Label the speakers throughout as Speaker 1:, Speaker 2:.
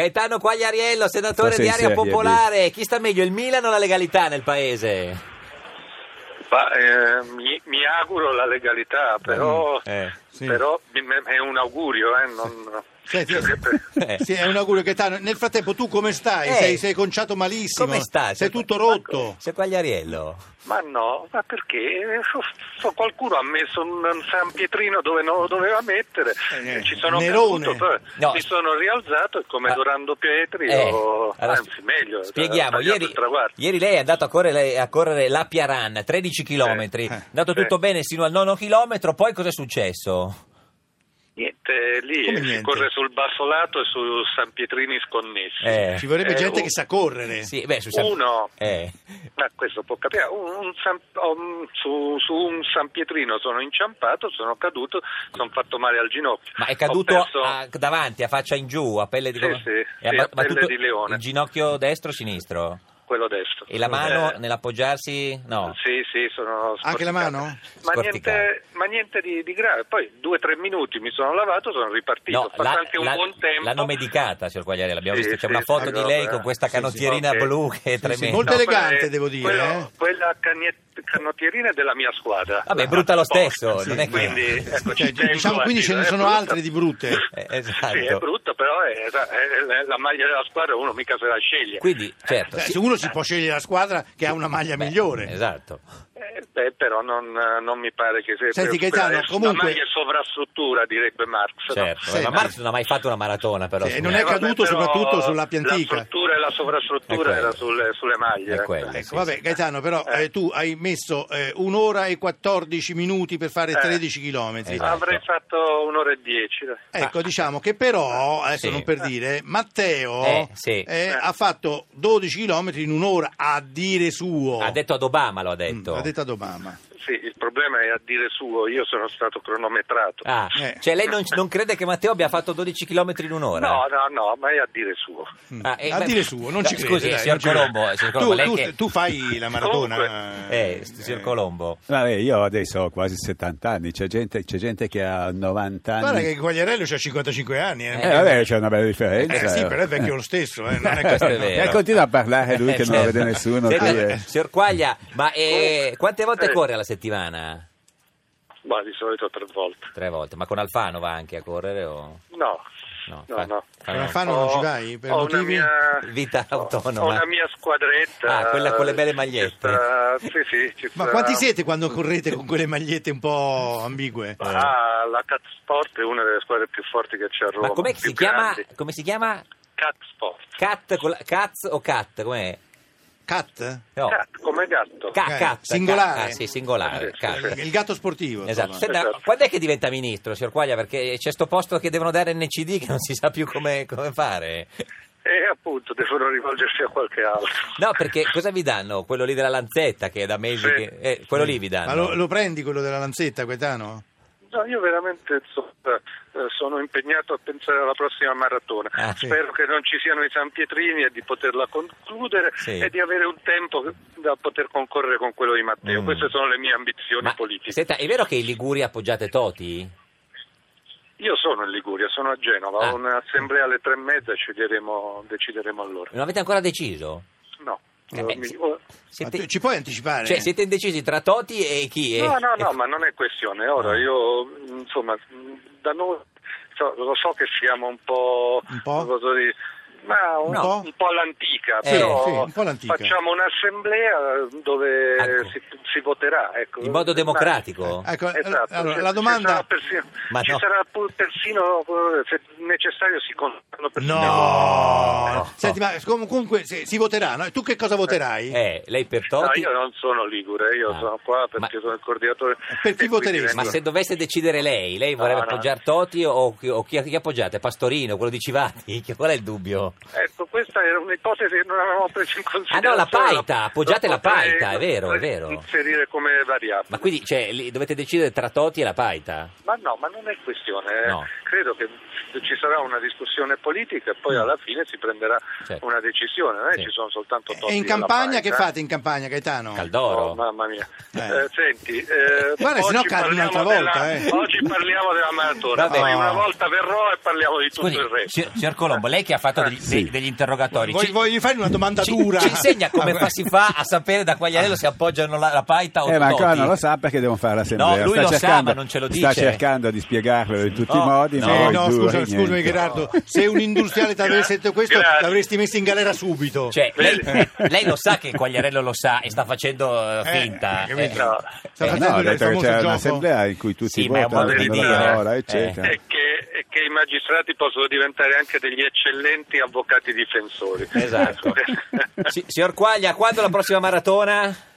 Speaker 1: Gaetano Quagliariello, senatore
Speaker 2: Sta
Speaker 1: di
Speaker 2: senza
Speaker 1: Area
Speaker 2: Airbnb.
Speaker 1: Popolare, chi sta meglio, il Milan o la legalità nel paese?
Speaker 3: Ma, eh, mi, mi auguro la legalità, però,
Speaker 1: eh,
Speaker 2: sì.
Speaker 3: però mi- è un augurio. Eh, non-
Speaker 4: Senti,
Speaker 1: Eh.
Speaker 4: sì, è un augurio Gaetano. Nel frattempo tu come stai?
Speaker 1: Eh.
Speaker 4: Sei, sei conciato malissimo.
Speaker 1: Come stai?
Speaker 4: Sei tutto rotto.
Speaker 1: C'è Quagliariello.
Speaker 3: Ma no, ma perché? Eh, so- so qualcuno ha messo un un San Pietrino dove non lo doveva mettere,
Speaker 4: Eh, niente.
Speaker 3: ci sono
Speaker 4: Nerone.
Speaker 3: caduto, poi
Speaker 1: No.
Speaker 3: mi sono rialzato e come
Speaker 1: Ah.
Speaker 3: Dorando Pietri,
Speaker 1: Eh,
Speaker 3: o-
Speaker 1: allora,
Speaker 3: anzi meglio, ha
Speaker 1: Spieghiamo,
Speaker 3: tagliato
Speaker 1: ieri,
Speaker 3: il traguardo.
Speaker 1: ieri lei è andato a correre, a correre l'Appia Run, 13 km,
Speaker 4: eh,
Speaker 1: è andato
Speaker 3: sì.
Speaker 1: tutto bene sino al nono chilometro, poi cosa è successo?
Speaker 3: Niente, lì
Speaker 4: Come
Speaker 3: eh, si
Speaker 4: niente?
Speaker 3: corre sul bassolato e su San Pietrini sconnessi.
Speaker 1: Eh,
Speaker 4: Ci vorrebbe
Speaker 3: Eh,
Speaker 4: gente
Speaker 3: oh.
Speaker 4: che sa correre.
Speaker 1: sì, beh, su San-
Speaker 3: Uno.
Speaker 1: Eh,
Speaker 3: Ma questo può capitare. Un- un San- um, su, su un San Pietrino sono inciampato, sono caduto, sono fatto male al ginocchio.
Speaker 1: ma è
Speaker 3: Ho
Speaker 1: caduto
Speaker 3: perso-
Speaker 1: a- davanti, a faccia in giù, a pelle di,
Speaker 3: Sì,
Speaker 1: come- Eh,
Speaker 3: sì,
Speaker 1: e
Speaker 3: sì, a pelle di leone.
Speaker 1: Il ginocchio destro o sinistro?
Speaker 3: quello destro.
Speaker 1: E la mano
Speaker 3: Eh,
Speaker 1: nell'appoggiarsi? No.
Speaker 3: Sì, sì, sono
Speaker 4: Anche la
Speaker 3: sporticato.
Speaker 4: mano?
Speaker 3: Ma
Speaker 1: Sporticato.
Speaker 3: niente, ma niente di, di grave. Poi due o tre minuti mi sono lavato, sono ripartito. Ho fatto
Speaker 1: la-
Speaker 3: anche un
Speaker 1: la-
Speaker 3: buon tempo.
Speaker 1: l'hanno medicata, signor Quagliarella, abbiamo
Speaker 3: Sì,
Speaker 1: visto, c'è
Speaker 3: sì,
Speaker 1: una foto
Speaker 3: sì,
Speaker 1: di lei
Speaker 3: allora,
Speaker 1: con questa
Speaker 3: sì, sì,
Speaker 1: canottierina
Speaker 3: ok.
Speaker 1: blu che è
Speaker 4: sì,
Speaker 1: tremenda.
Speaker 4: molto elegante,
Speaker 3: quella-
Speaker 4: devo dire,
Speaker 3: quello-
Speaker 4: eh.
Speaker 3: Quella cagnet- canottierina è della mia squadra.
Speaker 1: Vabbè, è brutta lo stesso,
Speaker 4: Sì,
Speaker 1: non è che...
Speaker 3: Quindi, ecco, ci
Speaker 4: Cioè,
Speaker 3: tengo
Speaker 4: diciamo
Speaker 3: a
Speaker 4: quindi ce ne
Speaker 3: dire, è
Speaker 4: sono
Speaker 3: brutta.
Speaker 4: altre di brutte.
Speaker 1: Eh, esatto.
Speaker 3: Sì, è brutta, però è, è- è la maglia della squadra uno mica se la sceglie.
Speaker 1: Quindi, certo,
Speaker 4: Beh,
Speaker 1: sì,
Speaker 4: se uno si può scegliere la squadra che ha una maglia
Speaker 1: beh,
Speaker 4: migliore.
Speaker 1: Esatto.
Speaker 3: Eh, beh, però non, eh, non mi pare che sia
Speaker 4: Senti,
Speaker 3: per-
Speaker 4: Gaetano,
Speaker 3: eh,
Speaker 4: comunque-
Speaker 3: La maglia è sovrastruttura, direbbe Marx. no?
Speaker 1: Certo,
Speaker 4: Sì,
Speaker 1: ma
Speaker 4: ma-
Speaker 1: Marx non ha mai fatto una maratona però.
Speaker 4: Sì,
Speaker 1: signor.
Speaker 4: non è
Speaker 3: Eh, vabbè,
Speaker 4: caduto
Speaker 3: però
Speaker 4: soprattutto sulla
Speaker 3: La
Speaker 4: piantica.
Speaker 3: struttura e la
Speaker 1: È
Speaker 3: sovrastruttura
Speaker 1: quello.
Speaker 3: era sulle, sulle maglie.
Speaker 1: È quello.
Speaker 4: Ecco,
Speaker 1: sì,
Speaker 4: vabbè,
Speaker 1: sì.
Speaker 4: Gaetano, però
Speaker 3: Eh.
Speaker 4: eh, tu hai messo eh, un'ora e 14 minuti per fare
Speaker 3: Eh.
Speaker 4: 13 chilometri.
Speaker 1: Esatto. Ah.
Speaker 3: Avrei fatto un'ora e dieci. dai.
Speaker 4: Ecco, diciamo che però, adesso
Speaker 1: Sì.
Speaker 4: non
Speaker 3: Eh.
Speaker 4: per dire, Matteo
Speaker 1: Eh, sì.
Speaker 4: eh, ha fatto 12 chilometri in un'ora a dire suo.
Speaker 1: Ha detto ad Obama, lo ha detto.
Speaker 4: Mm, l'ha detto ad Obama.
Speaker 3: Sì, il problema è a dire suo, io sono stato cronometrato.
Speaker 1: Ah,
Speaker 4: Eh.
Speaker 1: cioè lei non, non crede che Matteo abbia fatto 12 km in un'ora?
Speaker 3: No, no, no, ma è a dire suo.
Speaker 1: Ah, eh,
Speaker 4: a
Speaker 1: ma-
Speaker 4: dire suo, non ci
Speaker 1: No,
Speaker 4: crede.
Speaker 1: scusi,
Speaker 4: dai,
Speaker 1: signor
Speaker 4: non ci crede.
Speaker 1: Colombo, eh, signor
Speaker 4: Tu-
Speaker 1: Colombo, lei
Speaker 4: tu,
Speaker 1: che-
Speaker 4: tu fai la maratona.
Speaker 1: Eh, signor Colombo.
Speaker 2: Vabbè, io adesso ho quasi 70 anni, c'è gente, c'è gente che ha 90 anni.
Speaker 4: Guarda che Quagliarello ha 55 anni. Eh.
Speaker 2: Eh, vabbè, c'è una bella
Speaker 4: Eh,
Speaker 2: differenza.
Speaker 4: sì, però è vecchio lo stesso. eh, non è
Speaker 1: Questo è
Speaker 4: che-
Speaker 1: vero.
Speaker 2: E continua a parlare lui che non
Speaker 1: Eh,
Speaker 2: la
Speaker 1: certo.
Speaker 2: vede nessuno.
Speaker 1: Senta, eh,
Speaker 2: chi è.
Speaker 1: Signor Quaglia, ma eh, quante volte
Speaker 3: Eh.
Speaker 1: corre alla settimana?
Speaker 3: Ma di solito tre volte.
Speaker 1: Tre volte, ma con Alfano va anche a correre o...
Speaker 3: No,
Speaker 1: No,
Speaker 3: no,
Speaker 1: fa-
Speaker 3: no.
Speaker 1: fa-
Speaker 4: Con Alfano non ci vai? Per
Speaker 3: ho
Speaker 4: motivi?
Speaker 3: una mia
Speaker 1: Vita
Speaker 3: ho-
Speaker 1: autonoma.
Speaker 3: Ho una mia squadretta.
Speaker 1: Ah, quella con le belle magliette.
Speaker 3: Ci sta- sì, sì, ci
Speaker 4: Ma
Speaker 3: sta-
Speaker 4: quanti siete quando correte con quelle magliette un po' ambigue?
Speaker 3: Ah, la Cat Sport è una delle squadre più forti che c'è a Roma.
Speaker 1: Ma com'è che
Speaker 3: più
Speaker 1: si chiama?
Speaker 3: grandi.
Speaker 1: Come si chiama?
Speaker 3: Cat Sport.
Speaker 1: Cat, con la- Cats o Cat? Com'è?
Speaker 4: Cat?
Speaker 1: No.
Speaker 3: Cat, come gatto.
Speaker 1: Ca-
Speaker 4: Eh,
Speaker 1: cat,
Speaker 4: singolare.
Speaker 1: Cat. Ah, sì, singolare.
Speaker 3: Sì,
Speaker 1: cat.
Speaker 4: Il gatto sportivo.
Speaker 1: Esatto.
Speaker 4: insomma.
Speaker 1: Senta,
Speaker 3: Esatto.
Speaker 1: quando è che diventa ministro, signor Quaglia? Perché c'è sto posto che devono dare NCD che non si sa più come, come fare.
Speaker 3: E appunto devono rivolgersi a qualche altro.
Speaker 1: No, perché cosa vi danno? Quello lì della Lanzetta che è da mesi
Speaker 3: Sì.
Speaker 1: che... eh, quello lì vi danno.
Speaker 4: Ma lo, lo prendi quello della lanzetta, Gaetano?
Speaker 3: No, io veramente so- eh, sono impegnato a pensare alla prossima maratona.
Speaker 1: Ah, sì.
Speaker 3: Spero che non ci siano i San Pietrini e di poterla concludere
Speaker 1: Sì.
Speaker 3: e di avere un tempo da poter concorrere con quello di Matteo.
Speaker 1: Mm.
Speaker 3: Queste sono le mie ambizioni
Speaker 1: Ma,
Speaker 3: politiche.
Speaker 1: senta, è vero che in Liguria appoggiate Toti?
Speaker 3: Io sono in Liguria, sono a Genova,
Speaker 1: Ah.
Speaker 3: ho un'assemblea alle tre e mezza, decideremo, decideremo allora.
Speaker 1: Non avete ancora deciso?
Speaker 3: No.
Speaker 1: Eh beh,
Speaker 3: Mi-
Speaker 1: sì.
Speaker 3: oh,
Speaker 4: Ma
Speaker 1: Siete-
Speaker 4: tu- ci puoi anticipare?
Speaker 1: Cioè, siete indecisi tra Toti e chi?
Speaker 3: No,
Speaker 1: E-
Speaker 3: no,
Speaker 1: e-
Speaker 3: no, ma non è questione. Ora
Speaker 1: Ah.
Speaker 3: io, insomma, da noi so- lo so che siamo un po'.
Speaker 4: Un po'?
Speaker 3: non so dire, ma un,
Speaker 1: No.
Speaker 3: po'? un po' all'antica,
Speaker 1: Eh,
Speaker 3: però
Speaker 4: sì, un po' all'antica.
Speaker 3: facciamo un'assemblea dove
Speaker 1: Ecco.
Speaker 3: si, si voterà. Ecco.
Speaker 1: In modo
Speaker 3: Ma-
Speaker 1: democratico?
Speaker 2: Eh.
Speaker 4: Ecco,
Speaker 3: Esatto,
Speaker 4: allora,
Speaker 3: ci-
Speaker 4: la domanda...
Speaker 3: ci sarà persino,
Speaker 1: Ma
Speaker 3: ci
Speaker 1: no.
Speaker 3: sarà pur- persino, eh, se necessario si contano persino
Speaker 4: No.
Speaker 1: No.
Speaker 4: Senti, ma com- comunque se- si voterà, no? E Tu che cosa voterai?
Speaker 1: Eh, lei per
Speaker 3: No,
Speaker 1: Toti?
Speaker 3: io non sono ligure, io
Speaker 1: Ah.
Speaker 3: sono qua perché
Speaker 1: Ma-
Speaker 3: sono il coordinatore.
Speaker 4: Per chi
Speaker 3: e quindi
Speaker 4: voteresti?
Speaker 1: Ma
Speaker 3: vengo-
Speaker 1: se dovesse decidere lei, lei vorrebbe
Speaker 3: No, no.
Speaker 1: appoggiare Toti o, chi, o chi- chi appoggiate? Pastorino, quello di Civati? Qual è il dubbio?
Speaker 3: Ecco, que- questa era un'ipotesi che non avevamo preso in considerazione.
Speaker 1: Ah, la paita,
Speaker 3: Lo
Speaker 1: appoggiate la
Speaker 3: potrei-
Speaker 1: paita, è vero, è
Speaker 3: potrei
Speaker 1: vero.
Speaker 3: Inserire come variabile.
Speaker 1: Ma quindi cioè, lì dovete decidere tra Toti e la Paita?
Speaker 3: Ma no, ma non è questione. eh.
Speaker 1: No.
Speaker 3: Credo che ci sarà una discussione politica e poi alla fine si prenderà
Speaker 1: Mm. Certo.
Speaker 3: una decisione. Non è che
Speaker 1: Sì.
Speaker 3: ci sono soltanto
Speaker 4: E
Speaker 3: Totti
Speaker 4: in
Speaker 3: e la
Speaker 4: campagna che
Speaker 3: Paita.
Speaker 4: fate in campagna, Gaetano?
Speaker 1: Caldoro?
Speaker 3: Oh, mamma mia.
Speaker 4: Eh.
Speaker 3: Eh, senti, eh,
Speaker 4: Guarda,
Speaker 3: oggi
Speaker 4: sennò cade
Speaker 3: parliamo
Speaker 4: un'altra volta,
Speaker 3: della-
Speaker 4: eh.
Speaker 3: Oggi parliamo della maratona,
Speaker 1: Vabbè.
Speaker 3: poi
Speaker 4: Ah.
Speaker 3: una volta verrò e parliamo di tutto
Speaker 1: Scusi,
Speaker 3: il resto.
Speaker 1: signor- signor Colombo, lei che ha fatto degli,
Speaker 2: Sì.
Speaker 1: dei- degli interrogatori,
Speaker 4: Voglio,
Speaker 1: ci,
Speaker 4: voglio fargli una domanda
Speaker 1: ci-
Speaker 4: dura.
Speaker 1: ci insegna come
Speaker 4: Ah,
Speaker 1: fa- si fa a sapere da Quagliarello se appoggiano la, la Paita o
Speaker 2: Eh, ma ancora
Speaker 1: Totti?
Speaker 2: non lo sa perché devo fare l'assemblea.
Speaker 1: No, lui
Speaker 2: sta
Speaker 1: lo sa,
Speaker 2: cercando,
Speaker 1: ma non ce lo
Speaker 2: Sta
Speaker 1: dice.
Speaker 2: cercando di spiegarlo in tutti
Speaker 1: No,
Speaker 2: i
Speaker 1: no.
Speaker 2: modi. ma
Speaker 4: Sì,
Speaker 2: voi
Speaker 4: Eh, no,
Speaker 2: due,
Speaker 4: scusa,
Speaker 2: niente.
Speaker 4: scusami Gerardo, se un industriale ti avesse detto questo
Speaker 3: Grazie.
Speaker 4: l'avresti messo in galera subito.
Speaker 1: Cioè, lei,
Speaker 4: Eh.
Speaker 1: lei lo sa che Quagliarello lo sa e sta facendo eh,
Speaker 4: Eh,
Speaker 1: finta.
Speaker 4: capito?
Speaker 1: Eh, eh,
Speaker 3: No.
Speaker 4: Sta
Speaker 2: No,
Speaker 4: facendo
Speaker 2: ho
Speaker 4: il
Speaker 2: detto che
Speaker 4: famoso
Speaker 2: c'era
Speaker 4: gioco.
Speaker 2: un'assemblea in cui tutti
Speaker 1: Sì, ma è un
Speaker 2: votano,
Speaker 1: modo di
Speaker 2: prendono la
Speaker 1: dire.
Speaker 2: parola,
Speaker 1: Eh.
Speaker 2: eccetera.
Speaker 3: E che, e che i magistrati possono diventare anche degli eccellenti avvocati difensori.
Speaker 1: Esatto. Si- signor Quaglia, quando la prossima maratona?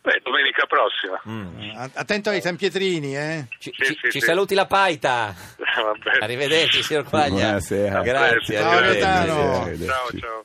Speaker 3: Beh, domenica prossima.
Speaker 1: Mm.
Speaker 4: Att- Attento ai San Pietrini, eh.
Speaker 1: Ci,
Speaker 3: Sì,
Speaker 1: ci-
Speaker 3: sì, Eh.
Speaker 1: ci
Speaker 3: sì.
Speaker 1: saluti la Paita.
Speaker 3: Va bene.
Speaker 1: Arrivederci, signor Quaglia.
Speaker 2: Buonasera.
Speaker 1: Grazie.
Speaker 3: Ciao,
Speaker 1: arrivederci.
Speaker 4: Gaetano.
Speaker 2: Arrivederci.
Speaker 3: Ciao, ciao.